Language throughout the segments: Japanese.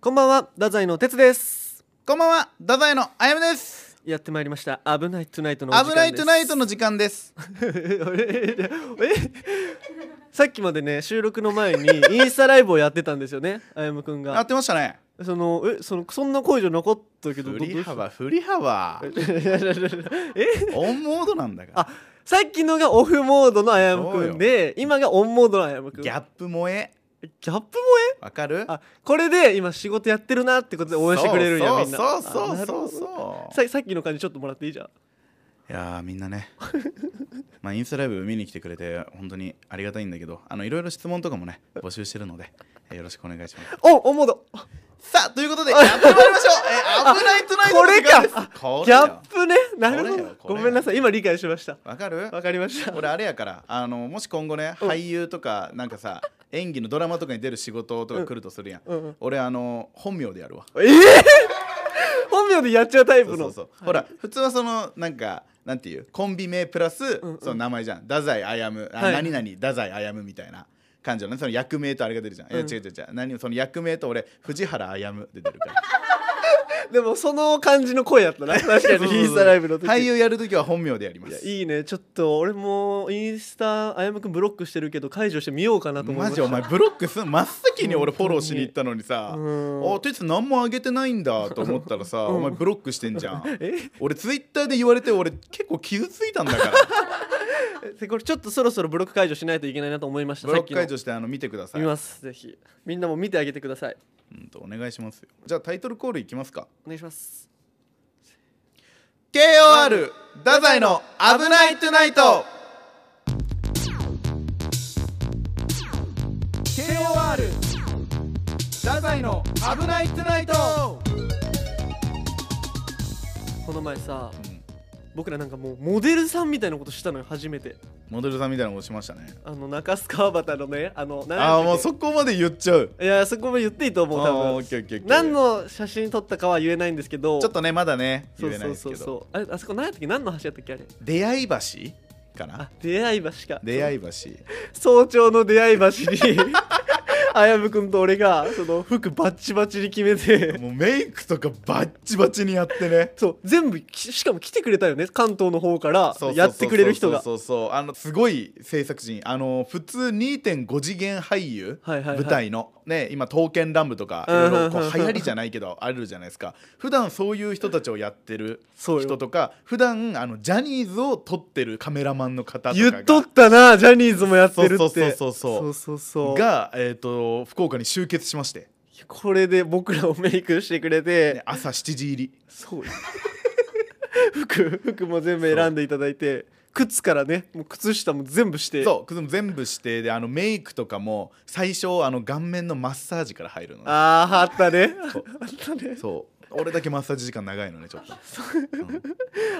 こんばんは太宰の哲ですこんばんは、太宰のあやめです。やってまいりました危ないトゥナイトのお時間危ないですトゥナイトの時間です。あれ えさっきまでね収録の 前にインスタライブをやってたんですよねあやむくんやがってましたね。そのえそのそんな声じゃなかったけど振どりうした幅、振り 幅。いやいやいやいやオンモードなんだから。さっきのがオフモードのあやむくんで今がオンモードのあやむくんギャップ萌え。ギャップ萌えわかるあこれで今仕事やってるなってことで応援してくれるんやそうみんなそうそうあなるほそどうそう。ささっきの感じちょっともらっていいじゃんいやーみんな ねまあインスタライブ見に来てくれて本当にありがたいんだけどあのいろいろ質問とかもね募集してるので、えーよろしくお願いしますおオンモード さあということでやってまいりましょう、えー、危ないトゥナイトの時間ですあこギれャよップねなるこほどれよこれごよめんなさい今理解しましたわかるわかりました俺あれやからあのもし今後ねうん俳優とかなんかさ演技のドラマとかに出る仕事とか来るとするやん、うんうん俺あの本名でやるわええ本名でやっちゃうタイそプうそのうそう、ほら普通はそのなんかなんていうコンビ名プラス、んうんその名前じゃん太宰あやむあ、はい何々太宰あやむみたいな感じのねその役名とあれが出るじゃん、いやうん違う違う違う何もその役名と俺藤原あやむで出 るからでもその感じの声やった な確かそうそうにそうインスタライブの時俳優やるときは本名でやりまいやすいいねちょっと俺もインスタあやむくんブロックしてるけど解除してみようかなと思いまマしジたお前ブロックすん真っ先に俺フォローしに行ったのにさ「うんあてつ何も上げてないんだ」と思ったらさ、お前ブロックしてんじゃんえ俺ツイッターで言われて俺結構傷ついたんだから でこれちょっとそろそろブロック解除しないといけないなと思いましたブロック解さっ除してあの見てくだきさのい見ますぜひみんなも見てあげてくださいうんとお願いしますよじゃあタイトルコールいきますかお願いします KOR 太宰の「危ないトゥナイト」KOR 太宰の「危ないトゥナイトこの前さ僕らなんかもうモデルさんみたいなことしたのよ初めて」モデルさんみたいなことしましたねあの中須川端のねあのああもうそそこまで言っちゃういやそこも言っていいと思うあ多ーオ分ッケーオッケーオッケー何の写真撮ったかは言えないんですけどちょっとねまだねそ言うえなそいうですそけうどそうあれあそこ何やったっけ何の橋やったっけあれ出会い橋かなあ出会い橋か出会い橋早朝の出会い橋にあやむくんと俺がその服バッチバチに決めてもうメイクとかバッチバチにやってねそう全部きしかも来てくれたよね関東の方からそうそうそうそ うやってくれる人がそうそうそうあのすごい制作陣あの普通2.5次元俳優、はいはいはい舞台のね今「刀剣乱舞」とかいうんうんうんろいろこう流行りじゃないけどあるじゃないですか普段そういう人たちをやってるそうよ人とか普段あのジャニーズを撮ってるカメラマンの方とかが言っとったなジャニーズもやってるってそうそうそうそうそうそうそうが、えー、と福岡に集結しまして、これで僕らをメイクしてくれて、ね朝7時入りそうよ服服も全部選んでいただいて靴からねもう靴下も全部してそうくずも全部指定であのメイクとかも最初あの顔面のマッサージから入るのねあああったねそうあったねそう俺だけマッサージ時間長いの ねちょっと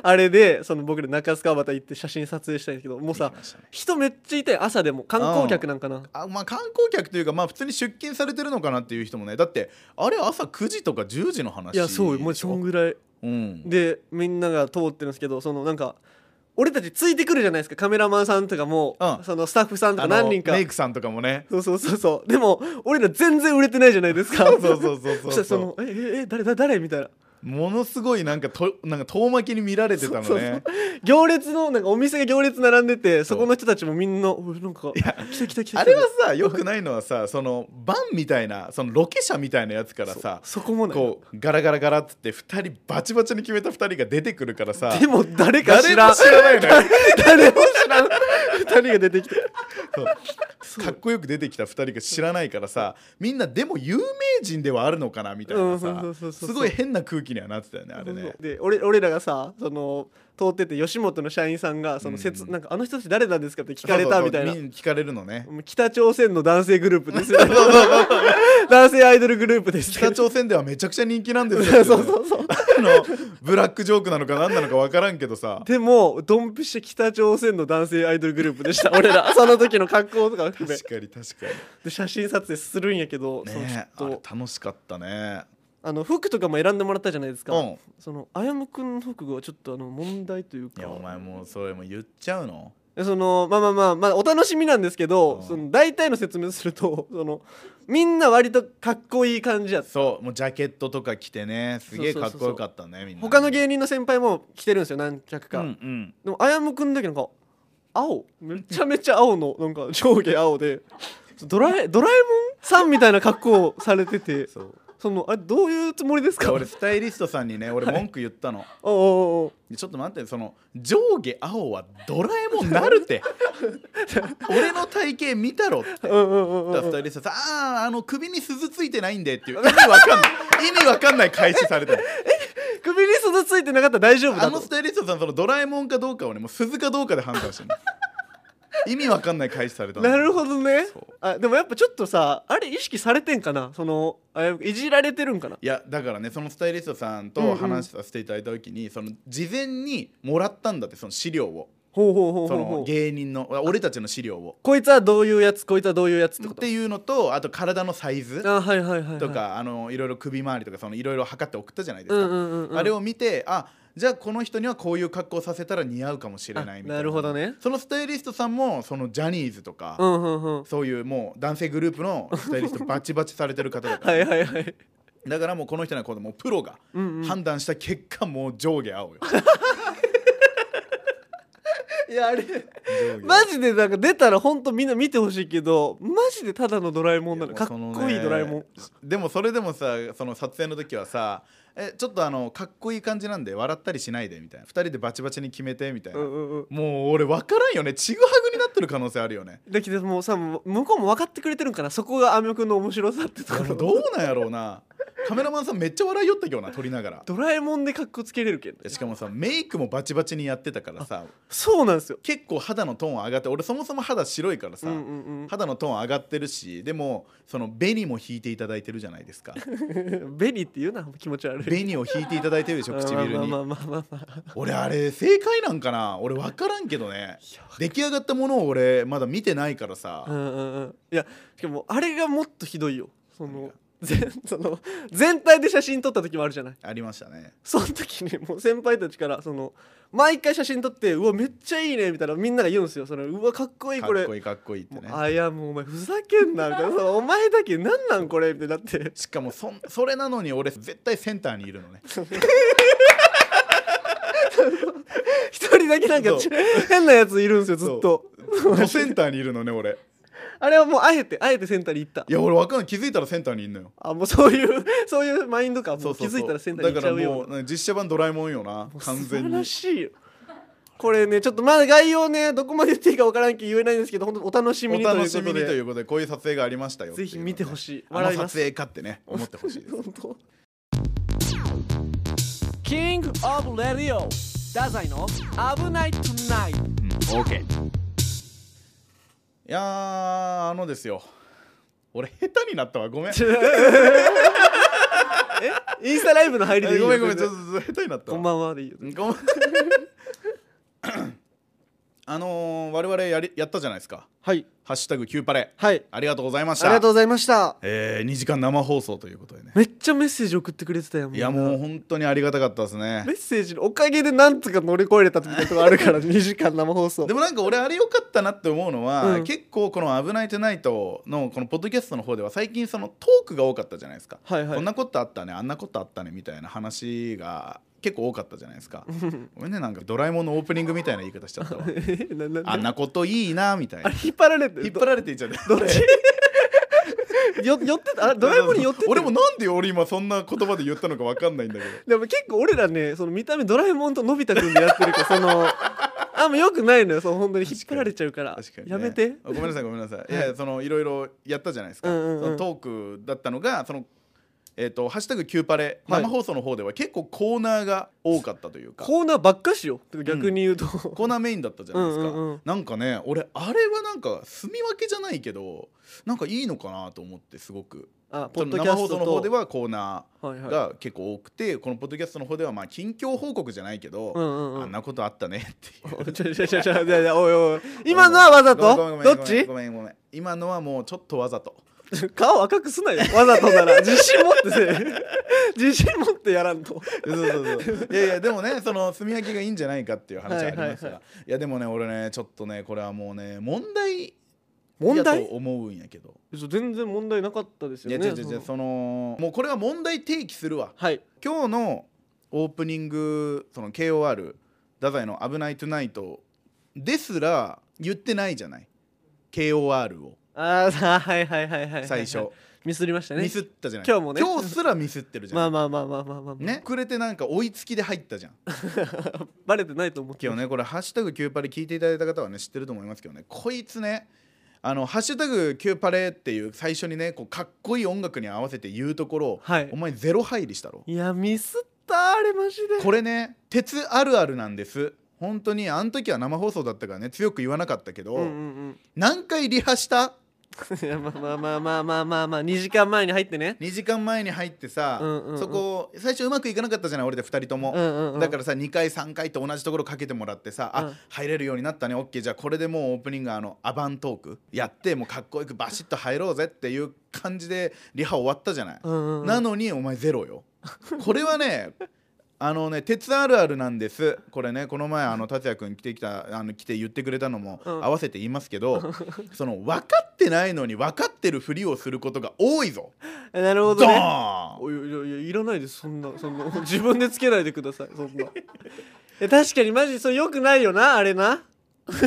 あれでその僕ら中須川端行って写真撮影したいんですけどもう行さきましたね人めっちゃいたよ朝でも観光客なんかなあまあ観光客というかまあ普通に出勤されてるのかなっていう人もねだってあれ朝9時とか10時の話いやそうよもうそんぐらいうんでみんなが通ってるんですけどそのなんか俺たちついてくるじゃないですかカメラマンさんとかも、うんそのスタッフさんとあかの何人かメイクさんとかもねそうそうそうそうでも俺ら全然売れてないじゃないですかそうそうそうそうそうしたらその「えええ誰誰誰?」みたいなものすごいなんかとなんか遠巻きに見られてたのねそうそう行列のなんかお店が行列並んでてそそうこの人たちもみんな「おいなんか来た来た来た来た」あれはさよくないのはさそのバンみたいなそのロケ車みたいなやつからさそこもないこうガラガラガラっつって2人バチバチに決めた2人が出てくるからさでも誰か知誰らもん知らないのよ誰も知らん2人が出てきてそうかっこよく出てきた2人が知らないからさみんなでも有名人ではあるのかなみたいなうんそうさそうそうそうすごい変な空気にはなってたよねあれそうねそうで俺俺らがさその通ってて吉本の社員さんが「そのせつなんかあの人たち誰なんですか?」って聞かれたみたいなそうそうそうみん聞かれるのねもう北朝鮮の男性グループです男性アイドルグループです北朝鮮ではめちゃくちゃ人気なんで すそうそようそうそうあのブラックジョークなのか何なのか分からんけどさでもドンピシャ北朝鮮の男性アイドルグループでした俺らその時の格好とか含め確かに確かで写真撮影するんやけど、にそのちねあょっれと楽しかったねあの服とかも選んでもらったじゃないですか、うんそのあやむくんの服がちょっとあの問題といういかやお前もうそれも言っちゃうのでそのまあまあまあまあお楽しみなんですけど、うんその大体の説明すると そのみんな割とかっこいい感じやったそうもうジャケットとか着てねすげえそうかそうっそうそうこよかったねみんな他のー芸人の先輩も来てるんですよ何着か、うんうんでもあやむくんだけなんか青めちゃめちゃ青のなんか上下青でドラえドラえもんさんみたいな格好をされてて そうそのあれどういうつもりですいかや俺スタイリストさん にね俺文句言ったの、おうおうおうちょっと待ってその上下青はドラえもんなるって 俺の体型見たろってうんうんうんうんだからスタイリストさん「あああの首に鈴ついてないんで」っていう意味わかんない意味わかんない開始されたの首に鈴ついてなかったら大丈夫あだとのスタイリストさんそのドラえもんかどうかをねもう鈴かどうかで判断してるの意味わかんない開始されたのなるほどねそうあでもやっぱちょっとさあれ意識されてんかなそのあいじられてるんかないやだからねそのスタイリストさんうんうとん話させていただいた時に、その事前にもらったんだってその資料をほうほうほうそほうのほう芸人の俺たちの資料をこいつはどういうやつこいつはどういうやつってっことていうのとあと体のサイズあはいはいはい、はい、とか、い、あのいろいろ首周りとかそのいろいろ測って送ったじゃないですうか、んうんうん、うん、あれを見てあじゃあこの人にはこういう格好させたら似合うかもしれないみたいなあなるほどねそのスタイリストさんもそのジャニーズとか、うんうんうんそういうもう男性グループのスタイリストバチバチされてる方だか はら、いはいはいだからもうこの人にはこうもうプロがうんうん判断した結果もう上下青よいやあれ上 下マジでなんか出たらほんとみんな見てほしいけどマジでただのドラえもんなのいかやっもうこいいドラえもんそのねでもそれでもさその撮影の時はさえちょっとあのかっこいい感じなんで笑ったりしないでみたいな2人でバチバチに決めてみたいな、うんうんうんもう俺分からんよねちぐはぐになってる可能性あるよねだけどもうさもう向こうも分かってくれてるんかなそこがアメくんの面白さってとこ俺ろどうなんやろうなカメラマンさんめっちゃ笑いよったけどな撮りながらドラえもんでかっこつけれるけんしかもさメイクもバチバチにやってたからさそうなんですよ結構肌のトーン上がって俺そもそも肌白いからさ、うんうん肌のトーン上がってるしでもその紅も引いていただいてるじゃないですかうん、 ベリーって言うな気持ち悪い紅を引いていただいてるでしょ唇にまあまあまあまあまあ俺あれ正解なんかな俺分からんけどね出来上がったものを俺まだ見てないからさ、うんうんうんいやしかもあれがもっとひどいよそ何のが全 その全体で写真撮った時もあるじゃないありましたねその時にもう先輩たちからその毎回写真撮って「うわめっちゃいいね」みたいなみんなが言うんですよそのうわかっこいいかこれっこいいかっこいいってもうねあいやもうお前ふざけんなみたいなそのお前だけなんなんこれみたいになって しかもそんそれなのに俺絶対センターにいるのね一人だけなんかち変なやついるんですよずっとドセンターにいるのね俺あれはもうあえてあえてセンターに行ったいや俺分かんない気づいたらセンターにいんのよあもうそういう そういうマインドかもそうう気そうそうづいたらセンターに行っちゃうようなだからもう実写版ドラえもんよな完全素晴らにしいよこれねちょっとまだ概要ねどこまで言っていいか分からんけど言えないんですけど本当お楽しみおにというこ楽としでみにということでこういう撮影がありましたよぜひ見てほいしいうのをねあ笑いのます撮影かってね思ってほしいです本当キングオブレディオダザイの危ないトゥナイトうん OK いやーあのですよ俺下手になったわごめんえインスタライブの入りでいいよごめんごめん全ちょ然っと下手になったこわんばんはでいいよごめん あのー、我々やりやったじゃないですかはい「ハッシュタグ #Q パレはい」ありがとうございましありたがとうございましたえー、2時間生放送ということでねめっちゃメッセージ送ってくれてたよいやもう本当にありがたかったですねメッセージのおかげでなんとか乗り越えれたみたいなとこあるから2時間生放送でもなんか俺あれ良かったなって思うのは、うん結構この「危ないトゥナイト」のこのポッドキャストの方では最近そのトークが多かったじゃないですか、はいはいこんなことあったねあんなことあったねみたいな話が結構多かったじゃないで すかごめんねなんか「ドラえもん」のオープニングみたいな言い方しちゃったわなななあんなこといいなみたいあなれ引っ張られてる引っ張られていっちゃってどっちよ寄ってたあドラえもんに寄ってた俺もなんで俺今そんな言葉で言ったのか分かんないんだけどでも結構俺らねその見た目ドラえもんとのび太くんでやってるからそのあんまよくないのよその本当に引っ張られちゃうから確かにね、やめてごめんなさいごめんなさいいやそのいろいろやったじゃないですか、うんうんうんそのトークだったのがそのえっ、とハッシュタグキューパレはい生放送の方では結構コーナーが多かったというか、コーナーばっかしよてか逆に言うと、コーナーメインだったじゃないですか、うんうんうんなんかね俺あれはなんか住み分けじゃないけどなんかいいのかなと思ってすごくあポそッのドキャ生放スト送のと方ではコーナはいーはいが結構多くて、このポッドキャストの方ではまあ近況報告じゃないけど、うんうんうんあんなことあったねっ ていうちょちょちょちょいやいやおいおい今のはわざごめんごめんごとめんどっちごめんごめんごめん今のはもうちょっとわざと 顔赤くすなよわざとなら自信持って せ自信持ってやらんとそうそうそう いやいやでもねその炭焼きがいいんじゃないかっていう話はありますはいが、いはいやでもね俺ねちょっとねこれはもうね問題問だと題思うんやけどそう全然問題なかったですいやよ違ねう違う違そうのそのもうこれは問題提起するわはい今日のオープニングその KOR 太宰の「危ないトゥナイト」ですら言ってないじゃない KOR をあーさあはいはいはいはいはい最初ミスりましたねミスったじゃない今日もね今日すらミスってるじゃん、まあまあまあまあまあまあ、まあねくれてなんか追いつきで入ったじゃんバレてないと思って今日ねこれ「ハッシュタグ #9 パレ」聞いていただいた方はね知ってると思いますけどねこいつねあの「ハッシュタグ #9 パレ」っていう最初にねこうかっこいい音楽に合わせて言うところ、はいお前ゼロ入りしたろいやミスったあれマジでこれね鉄あるあるなんです本当にあの時は生放送だったからね強く言わなかったけど、うんうん 何回リハしうんたいやまあまあまあまあまあまあまあ2時間前に入ってね2時間前に入ってさ、うんうんうんそこ最初うまくいかなかったじゃない俺で2人とも、うんうんうんだからさ2回3回と同じところかけてもらってさ、うあん入れるようになったねオッケーじゃあこれでもうオープニングあのアバントークやってもうかっこよくバシッと入ろうぜっていう感じでリハ終わったじゃない、うんうんうんなのにお前ゼロよこれはねあのね鉄あるあるなんですこれねこの前あの達也君来てきたあの来て言ってくれたのもう合んわせて言いますけど、その分かってないのに分かってるふりをすることが多いぞえなるほドどねーンおいやいやいやいらないですそんなそんな 自分でつけないでくださいそんな いや確かにマジそれよくないよなあれな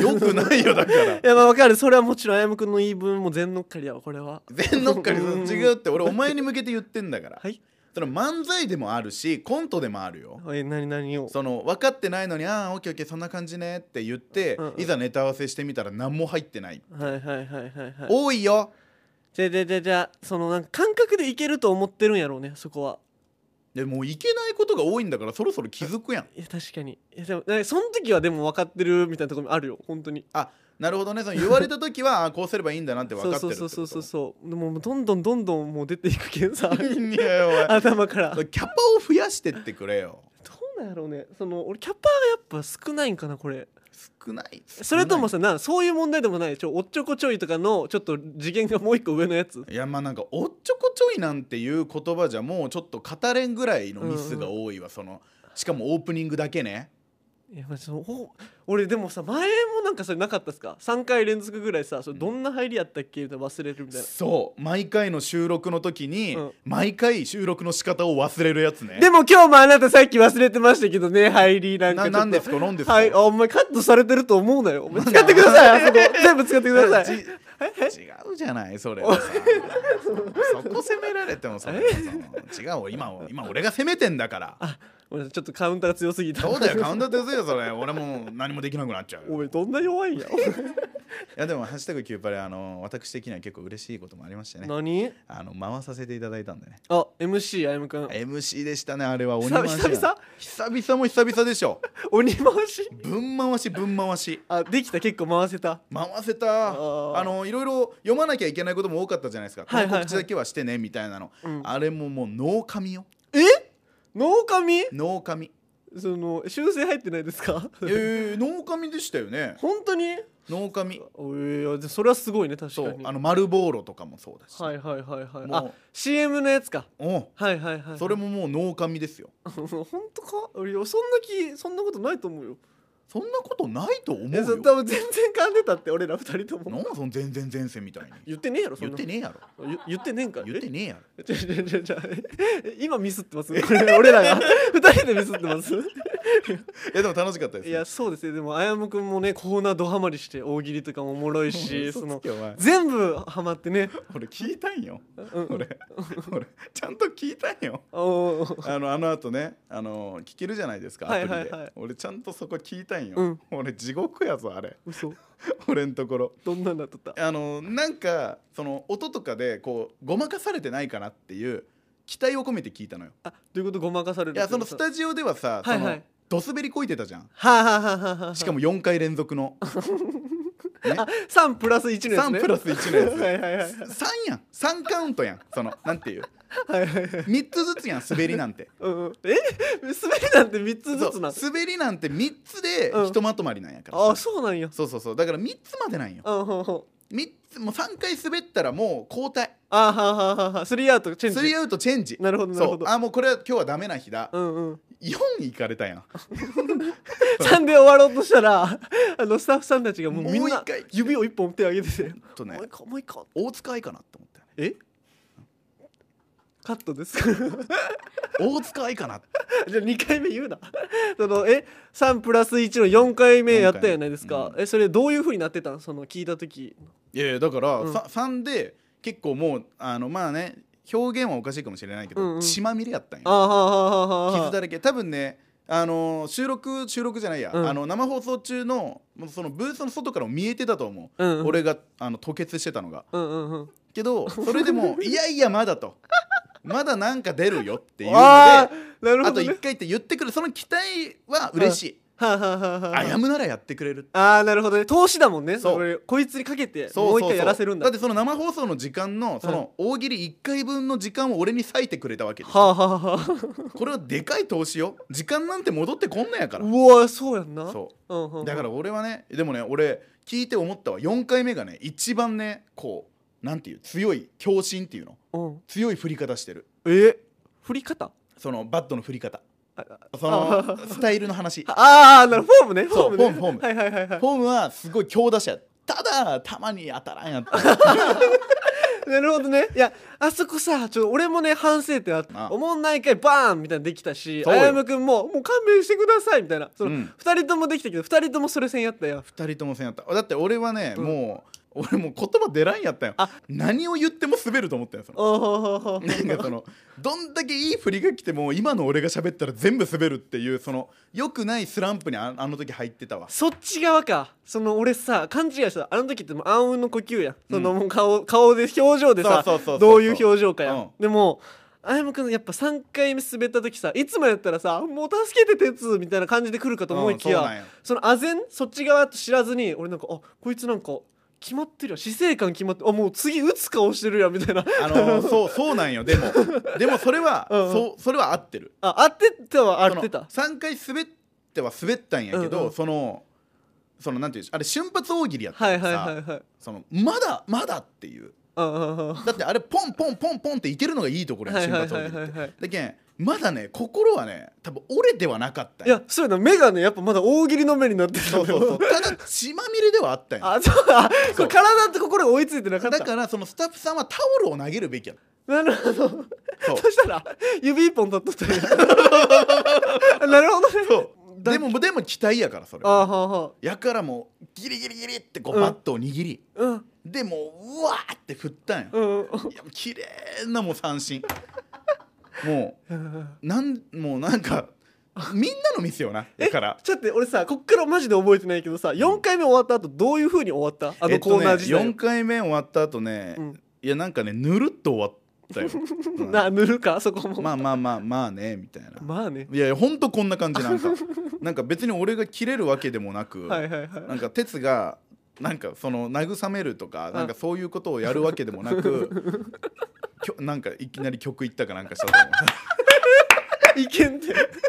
よくないよ だからいやまあわかるそれはもちろんあやむくんの言い分も全乗っかりやわこれは全乗っかりその違うって俺お前に向けて言ってんだからはいその漫才でもあるしコントでもあるよえ何何をその分かってないのに「ああオッケーオッケーそんな感じね」って言ってうんうんいざネタ合わせしてみたら何も入ってないはいはいはいはいはい多いよじゃあじゃあじゃあじゃあそのなんか感覚でいけると思ってるんやろうねそこはでもういけないことが多いんだからそろそろ気づくやんいや確かにいやでもなんかその時はでも分かってるみたいなところもあるよ本当にあなるほどねその言われた時はあーこうすればいいんだなって分そうかってそるうってそこうそうそとうそうでももうどんどんどんどんもう出ていくけ んさいやいやお前頭からどキャパを増やしてってくれようなんやろうねその俺キャパがやっぱ少ないんかなこれ少ないそれとも少さなそういう問題でもないちょおっちょこちょいとかのちょっと次元がもう一個上のやつないいやまあなんかおっちょこちょいなんていう言葉じゃもうちょっと語れんぐらいのミスが多いわ、そのしかもオープニングだけねいやまあそのほ俺でもさ前もなんかそれなかったっすか3回連続ぐらいさそれどんな入りやったっけみたいな忘れるみたいな、そう毎回の収録の時に、うん毎回収録の仕方を忘れるやつねでも今日もあなたさっき忘れてましたけどね入りなんかちなょっとなんですかなんですか、はい、あお前カットされてると思うなよ。お前使ってください、あそこ。全部使ってください。じ違うじゃないそれはさそこ責められてもそれはさ違うわ今今俺が責めてんだからごめんなさいちょっとカウンターが強すぎた。そうだよカウンターですよそれ俺もう何もできなくなっちゃうおよい前どんな弱いんや。やでも「ハッシュタグキューパレ」あの私的には結構嬉しいこともありましてね何あの回させていただいたんでねあ、MC あやむくん。 MC でしたねあれは鬼久々回しだ久々久々も久々でしょ鬼回し分回し分回しあ、できた、結構回せた。回せあたあーのいろいろ読まなきゃいけないことも多かったじゃないですか、はいはいはいこの告知だけはしてねみたいなの、うんあれももう脳紙よえ脳神脳紙その、修正入ってないですか えー、脳紙でしたよね 本当に脳紙おいや、じゃあそれはすごいね、確かそうに。あの丸ボーロとかもそうだし、はいはいはいはい。もあう、 CM のやつか。おうはいはいはい。それ。ももう脳紙ですよ 本当か俺、そんな気、そんなことないと思うよ。そんなことないと思うえ、そよう多分全然噛んでたって、俺ら二人とも。なんその全然前世みたいに言ってねえやろそん言なってねえやろ 言言ってねえんか言ってねえやろえちょちょちょちょえ 今ミスってます これ俺らが二人でミスって ますいやでも楽しかったですいやそうですねでもあやむくんもねコーナードハマりして大喜利とかもおもろいしそそののお前全部ハマってね俺聞いたんようんうん 俺俺ちゃんと聞いたんよおーあのあの後ねあの聞けるじゃないですかアプリで、はいはいはい俺ちゃんとそこ聞いたんよ、うん俺地獄やぞあれ嘘俺んところどんなんだったあのなんかその音とかでこうごまかされてないかなっていう期待を込めて聞いたのよあどういうことごまかされるいやそのスタジオではさ、はいはそいのドスベリこいてたじゃんはあ、はあはあはあはあ、しかも4回連続の3プラス1のやつね3プラス1のやつはいはいはい3やん3カウントやんそのなんていうはいはいはい3つずつやん滑りなんてうんうんえ滑りなんて3つずつなのそう滑りなんて3つでうんひとまとまりなんやからさ、あそうなんやそうそうそうだから3つまでなんようんうんうん三つもう3回滑ったらもう交代あーはーはーはーはースリーアウトチェンジスリーアウトチェンジなるほどなるほどそうあもうこれは今日はダメな日だうんうん、 4いかれたやん3で終わろうとしたら あのスタッフさんたちがもうみんもうな一回指を一本手上げててとねもう一個もう一個大塚愛かなって思ったよねえカットです大塚愛かなってじゃあ2回目言うな そのえ3プラス1の4回目やったじゃないです四か、回えそれどういうふうになってたんその聞いた時いやいやだから、うんさ3で結構もうあのまあね表現はおかしいかもしれないけど、うんうん血まみれやったんあよあはあはあはあは傷あだらけ多分ねあの収録収録じゃないや、うんあの生放送中のもうそのブースの外からも見えてたと思う、うんうん俺があの吐血してたのがうんうんうんけど それでもいやいやまだとまだなんか出るよっていうのであああなるほとど、ね、 1回って言ってくるその期待は嬉しい、はあ、はあはあはあやむならやってくれるああなるほどね投資だもんねそうそれこいつにかけてそうもそううそ一う回やらせるんだだってその生放送の時間のその大喜利1回分の時間を俺に割いてくれたわけですはあはあはあこれはでかい投資よ時間なんて戻ってこんのやからうわそうやんな、そうんうんう、うんだから俺はねでもね俺聞いて思ったわ4回目がね一番ねこうなんていう強い強振っていうのら、うん、強い振り方してるえ振り方そのバットの振り方あそあのスタイルの 話フああなるほどフォームねフそうォームねフォームフォームはいはいはいはォームはすごい強打者やただたまに当たらんやったいなるほどねいやあそこさちょっと俺もね反省点あっあたおもんない回バーンみたいなのできたしそうよ歩夢君ももう勘弁してくださいみたいなその、うん二人ともできたけど二人ともそれせんやったよ2人ともせんやっただって俺はね、うんもう俺もう言葉出らんやったよあ何を言っても滑ると思ったよそのおおほほほなんかそのどんだけいい振りが来ても今の俺が喋ったら全部滑るっていうその良くないスランプにああの時入ってたわそっち側かその俺さ勘違いしたあの時ってもう暗雲の呼吸やんそのもう顔,、顔で表情でさそうそうそうそうどういう表情かや、うんでもあやむくんやっぱ3回目滑った時さいつもやったらさ「もう助けて鉄」みたいな感じで来るかと思いきや、うんそうなんよそのあぜんそっち側と知らずに俺なんかあこいつなんか決まってるやん姿勢感決まってあもう次打つ顔してるやんみたいなあのそうそうなんよでもでもそれは、 うんうんそうそれは合ってる あ合ってたは合ってたその3回滑っては滑ったんやけど、うんうんそのそのなんていうあれ瞬発大喜利やったかはらいさ、はいはいはいそのまだまだっていううんうんうんはだってあれポンポンポンポンっていけるのがいいところいやんはい瞬はい発大は喜利って、いはいだけんまだね心はね多分折れてはなかったんいやそうやな目がねやっぱまだ大喜利の目になってるそうそうそうただ血まみれではあったんやあ、そうだ。こそれう体と心が追いついてなかった。だからそのスタッフさんはタオルを投げるべきやったなるほど。そうそ したら、指一本立っとったよなるほどね。そうだでもでも期待やからそれあははあはあ。やからもうギリギリギリってこううんバットを握り、うん。でもううわーって振ったんや,、うんうん。いやもう綺麗なもう三振も うなんもうなんかみんなのミスよなだからちょっと待って俺さこっからマジで覚えてないけどさ4回目終わった後どういうふうに終わったあえのっとコーナー自体は、ね、4回目終わった後ね、うんいやなんかねぬるっと終わった よ、うんな塗るかそこもまあまあまあまあねみたいな、まあねいやいやほんとこんな感じなん かなんか別に俺が切れるわけでもなく、はいはいはいなんか哲がなんかその慰めるとかなんかそういうことをやるわけでもなく きょなんかいきなり曲行ったかなんかした と意見って思う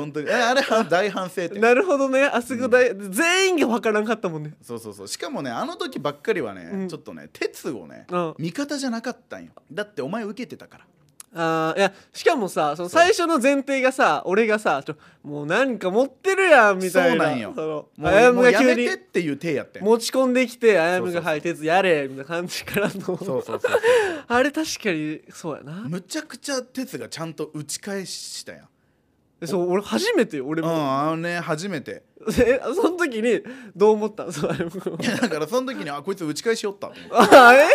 本当にえあれは大反省点なるほどねあそこだい、全員が分からんかったもんねそうそうそうしかもねあの時ばっかりはね、うんちょっとね哲をね、うん味方じゃなかったんよだってお前受けてたからあーいやしかもさその最初の前提がさ俺がさちょもうなんか持ってるやんみたいなそうなんよそのもあやうむもがうや急めにてっていう手やってん持ち込んできてあやむそうそうそが「うはい鉄やれ」みたいな感じからそのうそうそう あれ確かにそうやなむちゃくちゃ哲がちゃんと打ち返したやんでそう俺初めてよ俺うんもあのね初めてえ その時にどう思ったの そうあやむ君はいやだからその時にあこいつ打ち返しよったと思ってあ ええ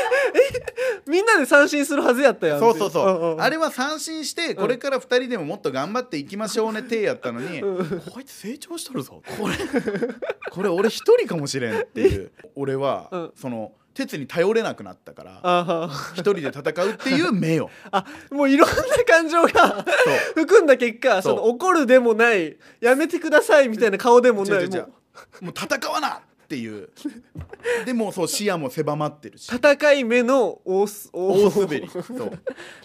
みんなで三振するはずやったやんっていそうそうそう、んんあれは三振してこれから二人でももっと頑張っていきましょうね手やったのに、こいつ成長しとるぞこれこれ俺一人かもしれんっていう俺は、うんその鉄に頼れなくなったからあは 一人で戦うっていう目よあもういろんな感情が 含んだ結果そうその怒るでもないやめてくださいみたいな顔でも違うないうも違違ううもう戦わなっていうでもうそう視野も狭まってるし戦い目の大す大大滑りそう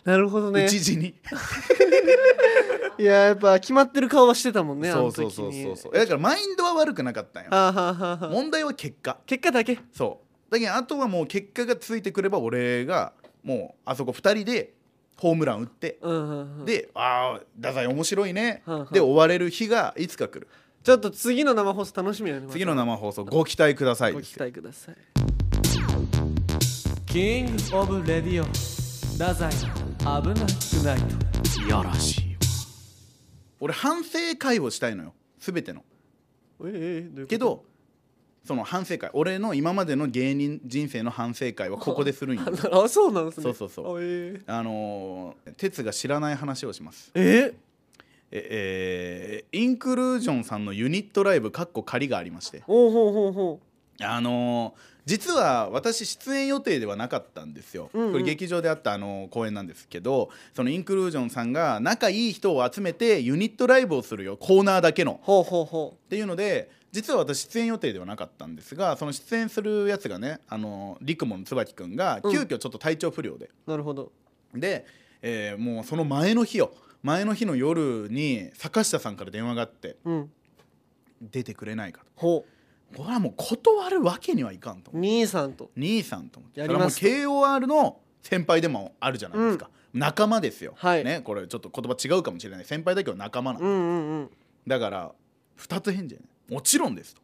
なるほどね内地にいややっぱ決まってる顔はしてたもんねあそのう時そにうそうそうそうだからマインドは悪くなかったんよはあはあはあはあ問題は結果結果だけそだけどあとはもう結果がついてくれば俺がもうあそこ2人でホームラン打って、うんうんうんで「ああ太宰面白いね」うんうんで終われる日がいつか来るちょっと次の生放送楽しみだね次の生放送ご期待くださいご期待くださいキングオブレディオ太宰危なくないいやらしい俺反省会をしたいのよ全てのええええどういうことけどその反省会俺の今までの芸人人生の反省会はここでするんよあそうなんですねそうそうそあうええあのー哲が知らない話をしますえええーインクルージョンさんのユニットライブかっこ仮がありましておうほうほうほあのー実は私出演予定ではなかったんですよ、うんうんこれ劇場であったあのー公演なんですけどそのインクルージョンさんが仲いい人を集めてユニットライブをするよコーナーだけのうほうほうほっていうので実は私出演予定ではなかったんですがその出演するやつがねあの陸もの椿くんがうん急遽ちょっと体調不良で、うなるほどで、えーもうその前の日よ前の日の夜に坂下さんから電話があってうん出てくれないかほとこれはもう断るわけにはいかんとう思う兄さんと兄さんと思ってやそりれはもうます KOR の先輩でもあるじゃないですか、仲間ですよ、はいね、これちょっと言葉違うかもしれない先輩だけど仲間なのうんうんうんだから2つ返事やねもちろ んですと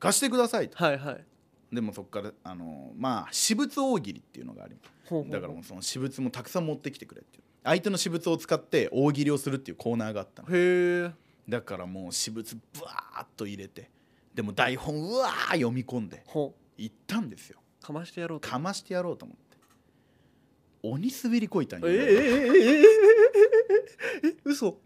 貸してくださいとはいはいでもそこからあのまあ私物大喜利っていうのがありますほうほうだからもうその私物もたくさん持ってきてくれっていう相手の私物を使って大喜利をするっていうコーナーがあったのへえだからもう私物ブワーッと入れてでも台本うわー読み込んでほ行ったんですようかましてやろうとかましてやろうと思って鬼滑りこいたんえよ、ええええええええええ嘘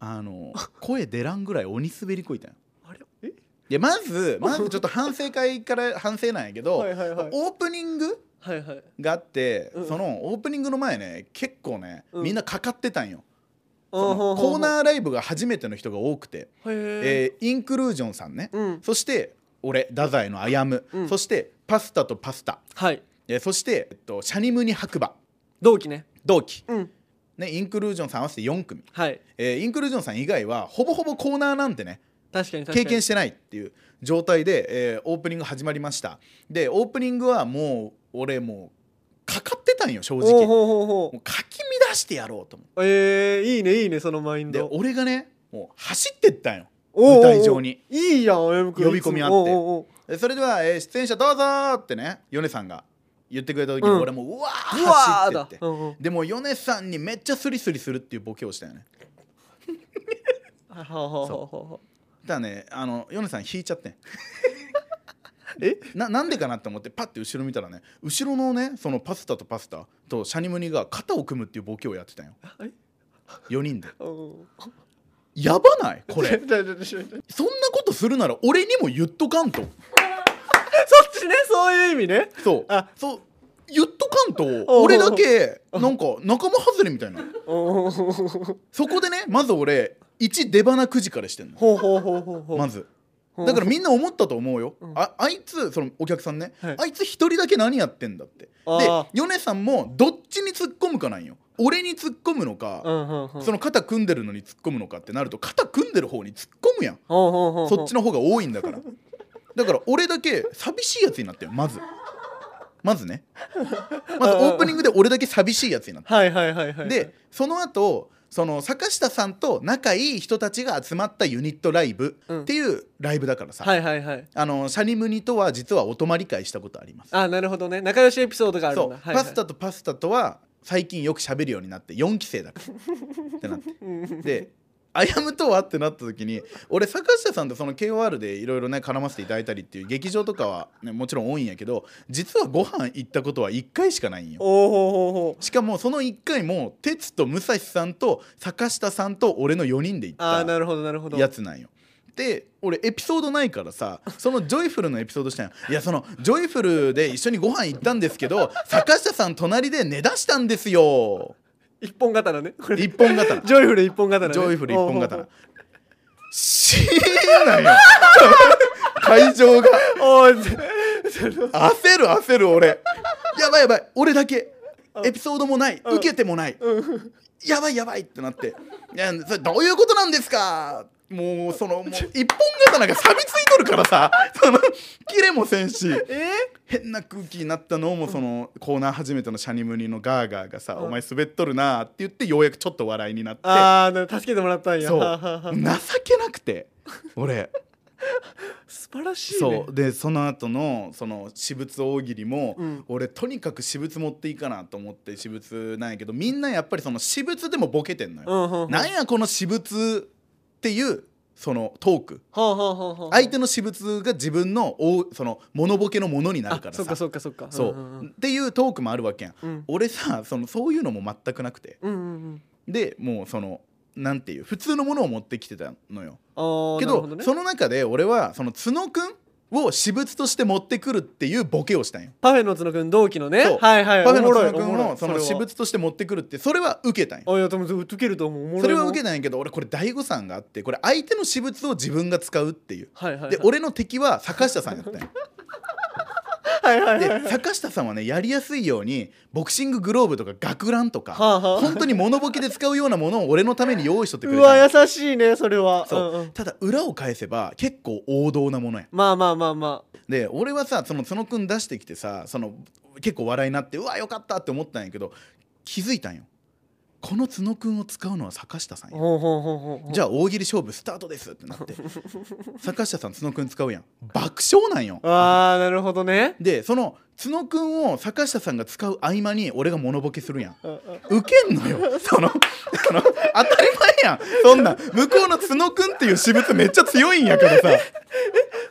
あの声出らんぐらい鬼滑りこいたんよあれえいやまずまずちょっと反省会から 反省なんやけど、はいはいはいオープニングはいはいがあって、うんそのオープニングの前ね結構ね、うんみんなかかってたんよ、ほうほそのうほうコーナーライブが初めての人が多くて、へええーインクルージョンさんね、うんそして俺太宰のあやむ、うんそしてパスタとパスタ、はいえーそして、えっと、シャニムニ白馬同期ね同期、うんね、インクルージョンさん合わせて4組、はいえーインクルージョンさん以外はほぼほぼコーナーなんてね確かに確か経に験してないっていう状態で、えーオープニング始まりましたでオープニングはもう俺もうかかってたんよ正直おうほうほうほうもうかき乱してやろうと思ってえー、いいねいいねそのマインでド俺がねもう走ってったんよおうおうおう舞台上にいいやん歩夢君呼び込みあいつってもおうおうおうでそれでは、えー出演者どうぞーってね米さんが言ってくれた時にうん俺もううわーうわー走だってって、うんうんでも米さんにめっちゃスリスリするっていうボケをしたよねははははただねあの米さん引いち ゃってんえななんでかなって思ってパッて後ろ見たらね後ろのねそのパスタとパスタとシャニムニが肩を組むっていうボケをやってたんよえ4人でうんやばない こちょれちょちょちょちょそんなことするなら俺にも言っとかんとそっちねそういう意味ねそうあそう言っとかんおうと俺だけなんか仲間外れみたいなおうほうほうほうそこでねまず俺1出花くじからしてんのほうほうほうほうほうまずほうだからみんな思ったと思うようんああいつそのお客さんね、はいあいつ一人だけ何やってんだってであ米さんもどっちに突っ込むかなんよ俺に突っ込むのうか、んうんうんその肩組んでるのに突っ込むのかってなると肩組んでる方に突っ込むやんほうほうほうほうそっちの方が多いんだからだから俺だけ寂しいやつになってよまずまずねまずオープニングで俺だけ寂しいやつになってはいはいはいはいでその後その坂下さんと仲いい人たちが集まったユニットライブうんっていうライブだからさ、はいはいはいあのシャニムニとは実はお泊まり会したことありますあなるほどね仲良しエピソードがあるそんう、だはいパスタとパスタとは最近よく喋るようになって4期生だから ってなってうんで「あやむとは?」ってなった時に俺坂下さんとその KOR でいろいろね絡ませていただいたりっていう劇場とかは、ね、もちろん多いんやけど実はご飯行ったことは1回しかないんよおうほうほうほうしかもその1回も哲と武蔵さんと坂下さんと俺の4人で行あーっなるほどなるほたどやつなんよで俺エピソードないからさそのジョイフルのエピソードしたんよいやそのジョイフルで一緒にご飯行ったんですけど 坂下さん隣で寝だしたんですよ一本刀ねこれ一本刀 ジョイフル一本刀ねジョイフル一本おうほうほう刀。シーンなんよ。会場がおいぜその焦る焦る俺。やばいやばい俺だけ。エピソードもない受けてもない。やばいやばいってなって。いやそれどういうことなんですかもうそのもう一本刀が錆びついとるからさその切れもせんしえ変な空気になったのもそのコーナー初めてのシャニムニのガーガーがさう「んお前滑っとるな」って言ってようやくちょっと笑いになってああな助けてもらったんやそうう情けなくて俺素晴ら しいねそうでその後のその私物大喜利も、うん俺とにかく私物持っていいかなと思って私物なんやけどみんなやっぱりその私物でもボケてんのよ。うんうんうんなんやこの私物っていうそのトークほうほうほうほう相手の私物が自分のおその物ボケのものになるからあそさっかそっかそっかそう、んんっていうトークもあるわけやんうん俺さそのそういうのも全くなくてうんうんうんでもうそのなんていう普通のものを持ってきてたのよあーけなるどほねその中で俺はその角くんを私物として持ってくるっていうボケをしたんよパフェの角くん同期のねそうはいはいパフェのおもろい角くおもんろをいそのれは私物として持ってくるってそれは受けたんよあいやでも受けると思うおもろいもんそれは受けたんやけど俺これ大悟さんがあってこれ相手の私物を自分が使うっていうはいはいはいで俺の敵は坂下さんやったんよはいはい はいで坂下さんはねやりやすいようにボクシンググローブとか学ランとか、はあはあ本当に物ボケで使うようなものを俺のために用意しとってくうれたわんよ優しいねそれはそう、うんうんただ裏を返せば結構王道なものやまあまあまあまあで俺はさその角くん出してきてさその結構笑いになってうわよかったって思ったんやけど気づいたんよこの角くんを使うのは坂下さんやほうほうほうほうほうじゃあ大喜利勝負スタートですってなって坂下さん角くん使うやん爆笑なんよああなるほどねでその角くんを坂下さんが使う合間に俺がモノボケするやんうんうんウケん のよそのその当たり前やんそんな向こうの角くんっていう私物めっちゃ強いんやからさ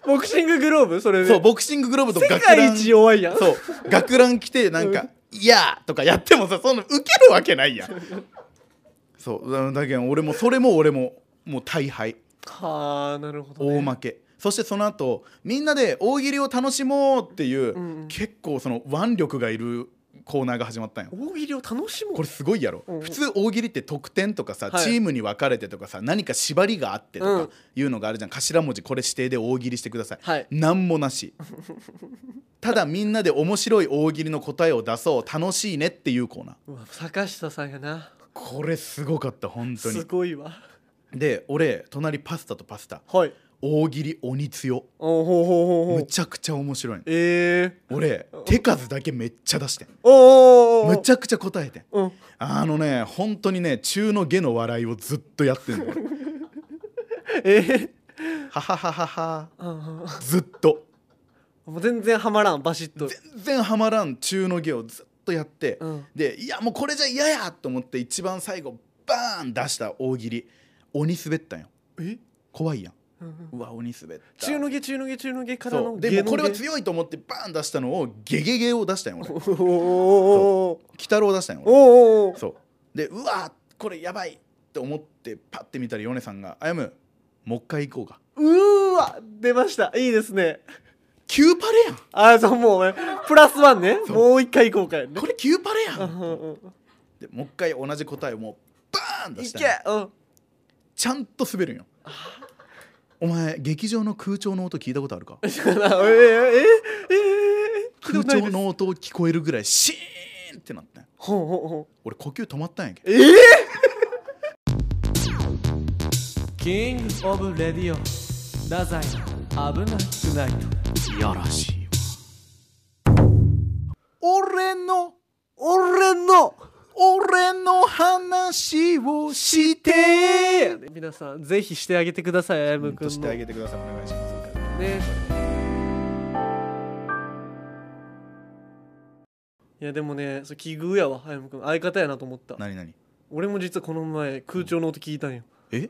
ボクシンググローブそれでそうボクシンググローブと世学界ラン一弱いやんそう学ラン着てなんか「いやー」とかやってもさそんなウケるわけないやんそうだだけど俺もそれも俺ももう大敗はあなるほど、ね、大負けそしてその後みんなで大喜利を楽しもうっていう、うんうん結構その腕力がいるコーナーが始まったんよ大喜利を楽しもうこれすごいやろ、うん普通大喜利って得点とかさ、はいチームに分かれてとかさ何か縛りがあってとうんかいうのがあるじゃん、頭文字これ指定で大喜利してください、はいなんもな しただみんなで面白い大喜利の答えを出そう楽しいねっていうコーナーうわ坂下さんやなこれすごかった本当すにごいわで俺隣パスタとパスタはい大喜利鬼強おほうほうほうほむうちゃくちゃ面白いのええ俺手数だけめっちゃ出してんー、おーおーおーむちゃくちゃ答えてんうんあのね本当にね中の下の笑いをずっとやって んの俺えーはははははうんうんずっともう全然はまらんバシッと全然はまらん中の下をずっとやって、うんでいやもうこれじゃ嫌やと思って一番最後バーン出した大喜利鬼滑ったんよえ怖いやんうんうんうわ鬼滑った中の下中の下中の下からそのうでもうこれはよ強いと思ってバーン出したのをゲゲゲを出したんよ俺おーおー鬼太郎出したんよおー俺おーおーそうでうわこれやばいって思ってパッて見たら米さんが「あやむもう一回行こうかうーわ出ましたいいですね」キューパレやんああそうもうねプラスワンねもう一回行こうかよねこれキューパレやうんんうんうんでもう一回同じ答えをもうバーン出いしたんけようんちゃんと滑るんよお前劇場の空調の音 聞いたことあるかえー、えー、えー、えー、空調の音聞こえるぐらいシーンってなってんほうほうほう俺呼吸止まったんやけえキングオブレディオ太宰危なくないいやらしいわ俺の俺の俺の話をして皆さんぜひしてあげてくださいあやむくんのしてあげてくださいお願いしますねいやでもねそう奇遇やわあやむくん相方やなと思った何何俺も実はこの前空調の音聞いたんよ え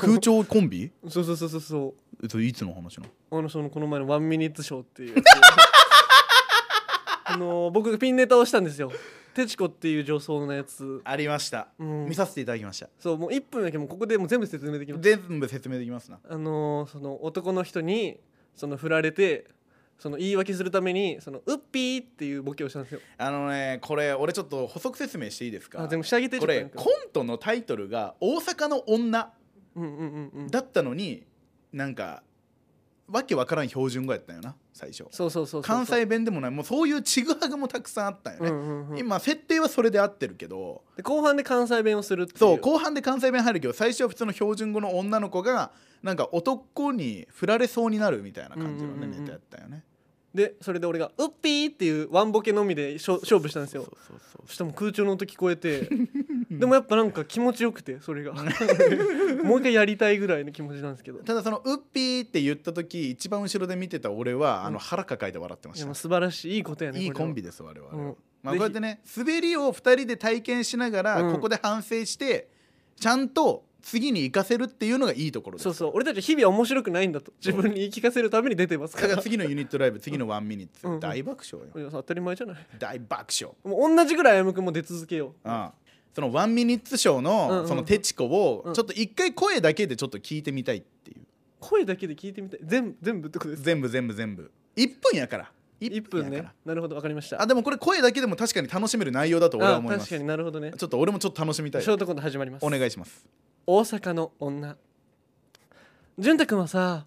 空調コンビそうそうそうそうそうえっといつの話なのあのそのこの前の「ワンミニッツショー」っていうや つあの僕ピンネタをしたんですよテチコっていう女装のやつありました、うん見させていただきましたそうもう1分だけもうここでもう全部説明できます全部説明できますなあのその男の人にその振られてその言い訳するためにそのウッピーっていうボケをしたんですよあのねこれ俺ちょっと補足説明していいですかあ全部仕上げてちょっことれなんかコントのタイトルが「大阪の女うんうんうんうん」だったのになんかわけわからん標準語やったんよな最初そうそうそうそう関西弁でもないもうそういうちぐはぐもたくさんあったんよね、うんうんうん今設定はそれで合ってるけどで後半で関西弁をするっていうそう後半で関西弁入るけど最初は普通の標準語の女の子がなんか男に振られそうになるみたいな感じのねうんうんうんうんネタやったよねでそれで俺が「ウッピー」っていうワンボケのみでしょ勝負したんですよそうそうそうそしたらもう空調の音聞こえてでもやっぱなんか気持ちよくてそれが もう一回やりたいぐらいの気持ちなんですけどただその「ウッピー」って言った時一番後ろで見てた俺はあの腹抱えて笑ってましでた、も素晴らしいいいことやねいこいれコはンビです我々は、うんまあ、ぜひこうやってね滑りを2人で体験しながら、うんここで反省してちゃんと次に生かせるっていうのがいいところですそうそう俺たち日々面白くないんだと自分に言い聞かせるために出てますかだ からら次のユニットライ ブ次のワンミニッツ、うん大爆笑よいや当たり前じゃない大爆笑もう同じぐらい歩夢君も出続けよううんそのワンミニッツショーの、うんうんそのテチコうをんちょっと一回声だけでちょっと聞いてみたいっていう、声だけで聞いてみたい全部全部ってことです全部全部全部1分やから1 1分分やからねなるほどわかりましたあでもこれ声だけでも確かに楽しめる内容だと俺はあ思いま確すかになるほどねちょっと俺もちょっと楽しみたいショートコント始まりますお願いします大阪の女潤太くんはさ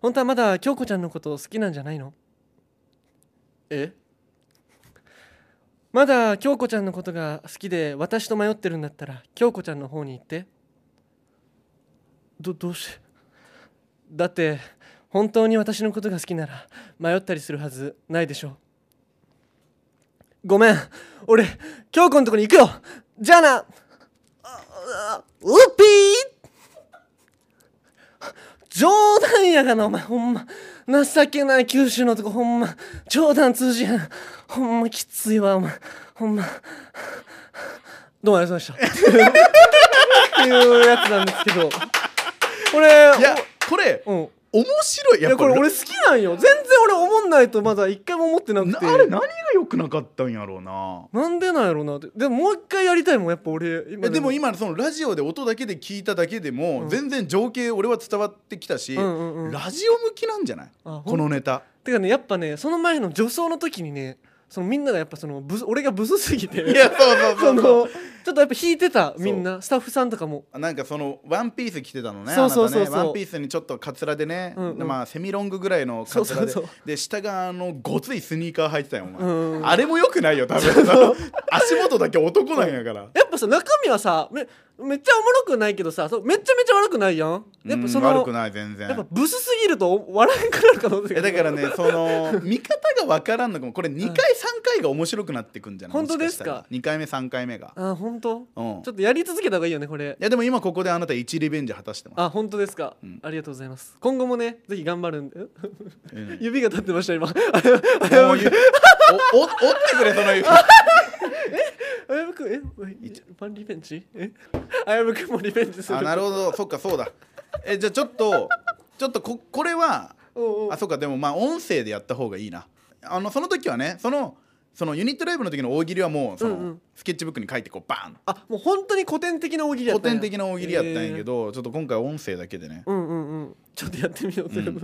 本当はまだ京子ちゃんのこと好きなんじゃないのえまだ京子ちゃんのことが好きで私と迷ってるんだったら京子ちゃんの方に行ってどどうしてだって本当に私のことが好きなら迷ったりするはずないでしょごめん俺京子のとこに行くよじゃあなウッピー冗談やがなお前ほんま情けない九州のとこほんま冗談通じやんほんまきついわお前ほんまどうもありがとうござい ましたっていうやつなんですけどこれいやこれうん面白いいやこれ俺好きなんよ全然俺思んないとまだ一回も思ってなくなてあれ何が良くなかったんやろうななんでなんやろうなってでももう一回やりたいもんやっぱ俺今えでも今そのラジオで音だけで聞いただけでもうん全然情景俺は伝わってきたし、うんうんうんラジオ向きなんじゃないあほんこのネタてかねやっぱねその前の女装の時にねそのみんながやっぱそのブス俺がブスすぎていやそうそう そそうのちそょうっとやっぱ引いてたみんなスタッフさんとかもなんかそのワンピース着てたのねそうそうそうそうあなたねワンピースにちょっとカツラでね、うんうんまあセミロングぐらいのカツラでそうそうそで下があのごついスニーカー履いてたよお前、うんあれもよくないよ多分足元だけ男なんやから、やっぱさ中身はさめめっちゃおもろくないけどさそうめちゃめちゃ悪くないやんやっぱそのうん悪くない全然やっぱブスすぎるとお笑えんくなる可能性えがだから ねその見方が分からんのかもこれ2回3回が面白くなってくんじゃない本当ですか2回目3回目があ本当うんちょっとやり続けた方がいいよねこれいやでも今ここであなた1リベンジ果たしてますあ本当ですか、うんありがとうございます今後もねぜひ頑張るんでうんもう 指が立ってました今あ言うおお折ってくれそ の指あやむくんえワンリベンジえあやむくんもリベンジするあなるほどそっかそうだえじゃあちょっとちょっとここれはおうおうあそっかでもまあ音声でやった方がいいなあのその時はねそのそのユニットライブの時の大喜利はもうその、うんうんスケッチブックに書いてこうバーンあもう本当に古典的な大喜利やっ古たんや典的な大喜利やったんやけ、ど、ちょっと今回音声だけでねえーうんうんうんちょっとやってみよう全部、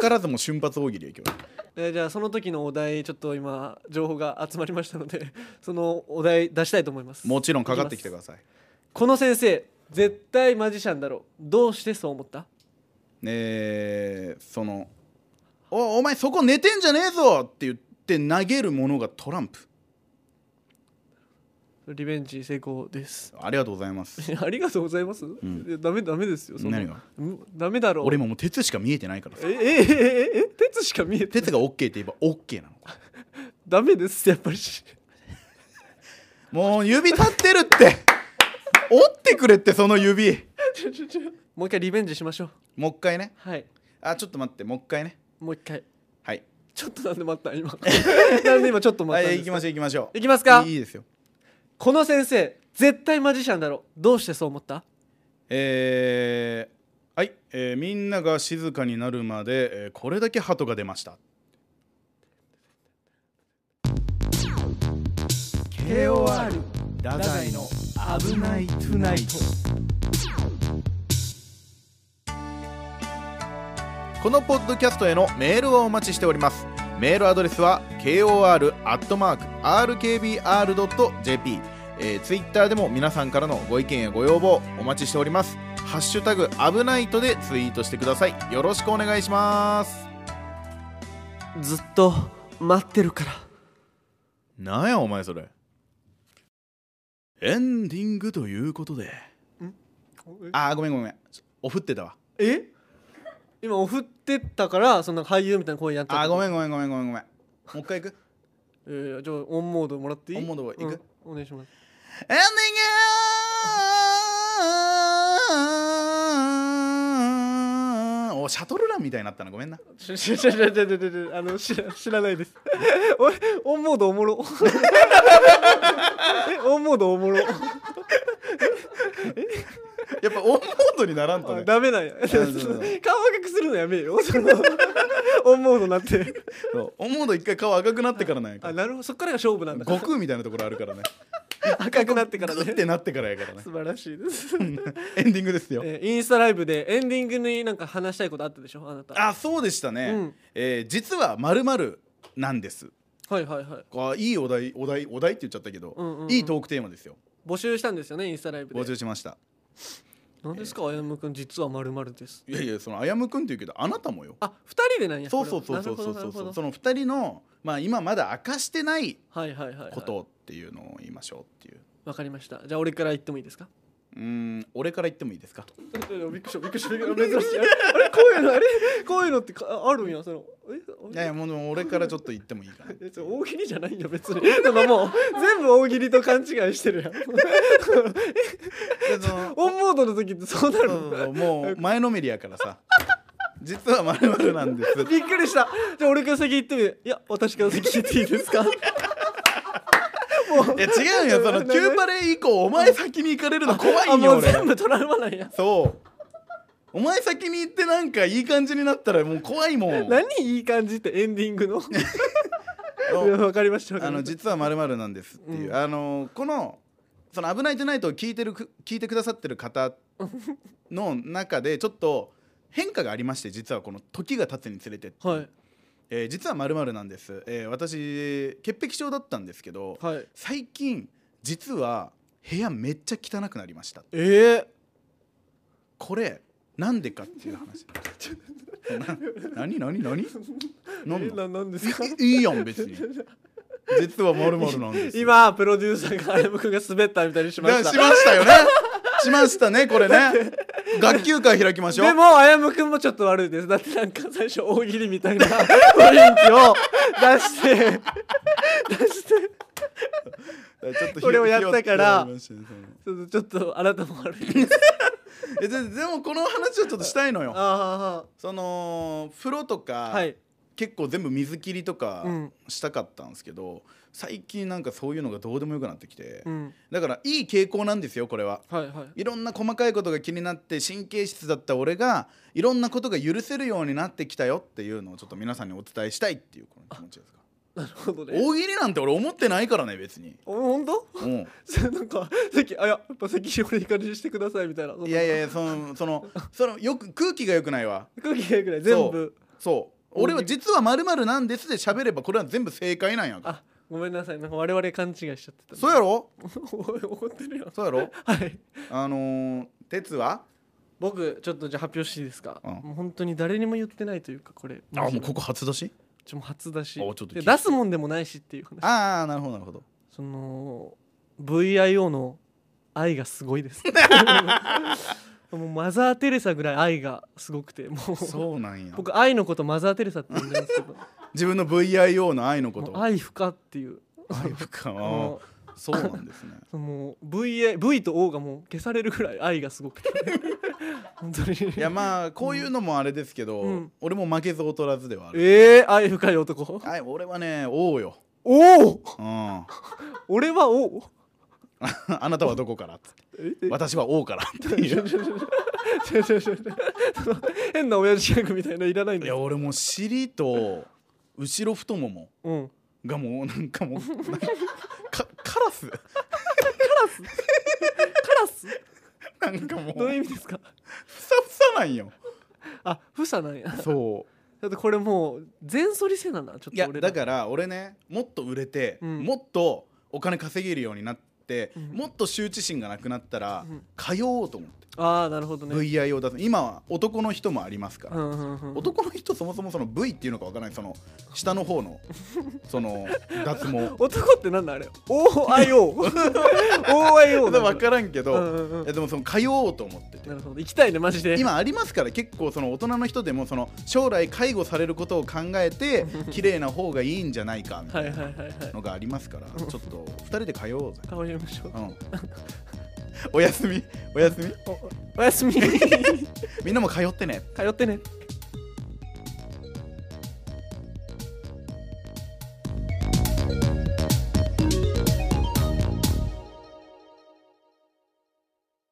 図らずも瞬発大喜利やけどえーじゃあその時のお題ちょっと今情報が集まりましたので そのお題出したいと思いますもちろんかかってきてください。この先生絶対マジシャンだろうどうしてそう思ったえー、そのおお前そこ寝てんじゃねえぞって言って投げるものがトランプリベンジ成功ですありがとうございま すいやありがとうございます、んいやダメダメですよそんな何がうんダメだろう俺今もう鉄しか見えてないからさええええええ鉄しか見えて鉄が OK って言えば OK なのかダメですやっぱりもう指立ってるって折ってくれってその指もう一回リベンジしましょうもう一回ねはいあちょっと待ってもう一回ねもう一回はいちょっとなんで待った 今なんで今ちょっと待っはたんいで行すきかましょう行きましょういきますかいいですよこの先生絶対マジシャンだろどうしてそう思ったえー、はい、えーみんなが静かになるまで、えーこれだけ鳩が出ました KOR ダ宰の危ないトゥナイトこのポッドキャストへのメールをお待ちしておりますメールアドレスは kor.rkbr.jp えー、Twitter でも皆さんからのご意見やご要望お待ちしておりますハッシュタグ危ないとでツイートしてくださいよろしくお願いしますずっと待ってるからなんやお前それエンディングということであーごめんごめんちょおふってたわえ今お振ってったからそんな俳優みたいな声やっちゃったあーごめんんごめんごめんごめんごめんもう一回いくいやいやじゃあオンモードもらっていいオンモードはいくうんお願いしますエンディングおシャトルランみたいになったなごめんなちょちょちょちょちょちょちょあの知ら知らないですおいオンモードおもろえオンモードおもろやっぱオンモードにならんとあねダメなんやそ顔うそう赤くするのやめよそのオンモードになってそうオンモード一回顔赤くなってからなんやかあらなるほどそっからが勝負なんだ悟空みたいなところあるからね赤くなってからグねッてなってから やからね素晴らしいです、エンディングですよえーインスタライブでエンディングになんか話したいことあったでしょあなたあそうでしたね、うんえー実はまるなんですはいはいはいあいいお題お題お題って言っちゃったけど、うんうんうんいいトークテーマですよ募集したんですよねインスタライブ募で集しました何ですかあやむくん実はまるまるですいやいやそのあやむくんって言うけどあなたもよあ二人でなんやそうそうこれそうはそうなそうそるほどなるうそうほどその2人のまあ今まだ明かしてないはいはいはいはいことっていうのを言いましょうっていうわかりましたじゃあ俺から言ってもいいですかうーん俺から言ってもいいですかびっくりしたびっくりした珍しいあれあれこういうのあれこういうのってかああるんやそのいえやいやもうでも俺からちょっと言ってもいいかなえそれ大喜利じゃないんだ別になんかもう全部大喜利と勘違いして るやんでそのオンモードの時ってそうなそうるそうのそうもう前のめりやからさ実はまるまるなんですびっくりしたじゃあ俺から先行ってみていや私から先聞いていいです かもういや違うよそのキューバレー以降お前先に行かれるの怖あいもよう全俺部トラウマなんやそうお前先に行ってなんかいい感じになったらもう怖いもん何いい感じってエンディングのいや わかりましたわかありまのした実はまるまるなんですっていう、うんあのこのその危ないトゥナイトを聞いてるく聞いてくださってる方の中でちょっと変化がありまして実はこの時が経つにつれて、はいえー実はまるまるなんです、えー私潔癖症だったんですけど、はい最近実は部屋めっちゃ汚くなりましたえー、これなんでかっていう話 な何 何何何えなななんですかいいやん別に実はまるまるなんですよ今プロデューサーが歩夢君が滑ったみたいにしましだたしましたよねしましたねこれね学級会開きましょうでも、あやむくんもちょっと悪いです。だってなんか最初大喜利みたいな雰囲気を出して、出して、ちょっとひこれをやったからひよってやりましたねちょっとちょっとあなたも悪いです。そのえででもこの話をちょっとしたいのよあその風呂とか、あ、はい。結構全部水切りとかうんしたかったんですけど、最近なんかそういうのがどうでもよくなってきて、うん。だからいい傾向なんですよこれははいはい。いろんな細かいことが気になって神経質だった俺がいろんなことが許せるようになってきたよっていうのをちょっと皆さんにお伝えしたいっていうこの気持ちですかなるほどね。大喜利なんて俺思ってないからね別 に。お、ほんとうん、そ れなんか、席、あ、いや、やっぱ席俺に感じしてくださいみたいな。いやいやいやそのそのそのよく空気が良くないわ空気がぐらい全部。そう俺は実はまるなんですで喋ればこれは全部正解なんやからあ、ごめんなさい。なんか我々勘違いしちゃってた。そうやろ おい怒ってるよ。そうやろはい。あのー、鉄は僕、ちょっとじゃあ発表していいですか。うんもう本当に誰にも言ってないというか、これ。あもうここ初出しちょもう初だしあちょっと聞いてで出すもんでもないしっていう話ああなるほどなるほどその VIO の愛がすごいです もうマザー・テレサぐらい愛がすごくてもうそうなんや僕愛のことマザー・テレサって言うんですけど自分の VIO の愛のこもとう愛深っていう愛深あのはそうなんです ねそのもう VI V と O がもう消されるぐらい愛がすごく て本当にいやまあこういうのもあれですけど、うん俺も負けず劣らずではあるええ愛深い男はい俺はね王よ、おおうん、 あ俺は O なたはどこからつってええ私は王からってい 違うう違う違う違うその変な親父ギャグみたいなのいらないんいだやよ、俺もう尻と後ろ太ももうん、がもうなんかもうなんか かカラス カラスなんかもう どういうふ意味ですかさふさなんよあふさなんやだそってこれもう全反りせななちょっいやと俺らだから俺ねもっと売れて、うんもっとお金稼げるようになってって、うんもっと羞恥心がなくなったら、うん通おうと思って、ああなるほどね、 VI を出す今は男の人もありますから、うんうんうん、男の人そもそもその V っていうのかわからないその下の方の その脱毛男ってなんだあ れ OIO OIO 分からんけど、うんうんうんいやでもその通おうと思っててなるほど行きたいねマジで今ありますから結構その大人の人でもその将来介護されることを考えて綺麗な方がいいんじゃないかみたはいいはいなはいはいのがありますからうんちょっと2人で通おうぜ、顔やめましょう うん、おやすみおやすみおおやすみ通 みんなも通ってねってね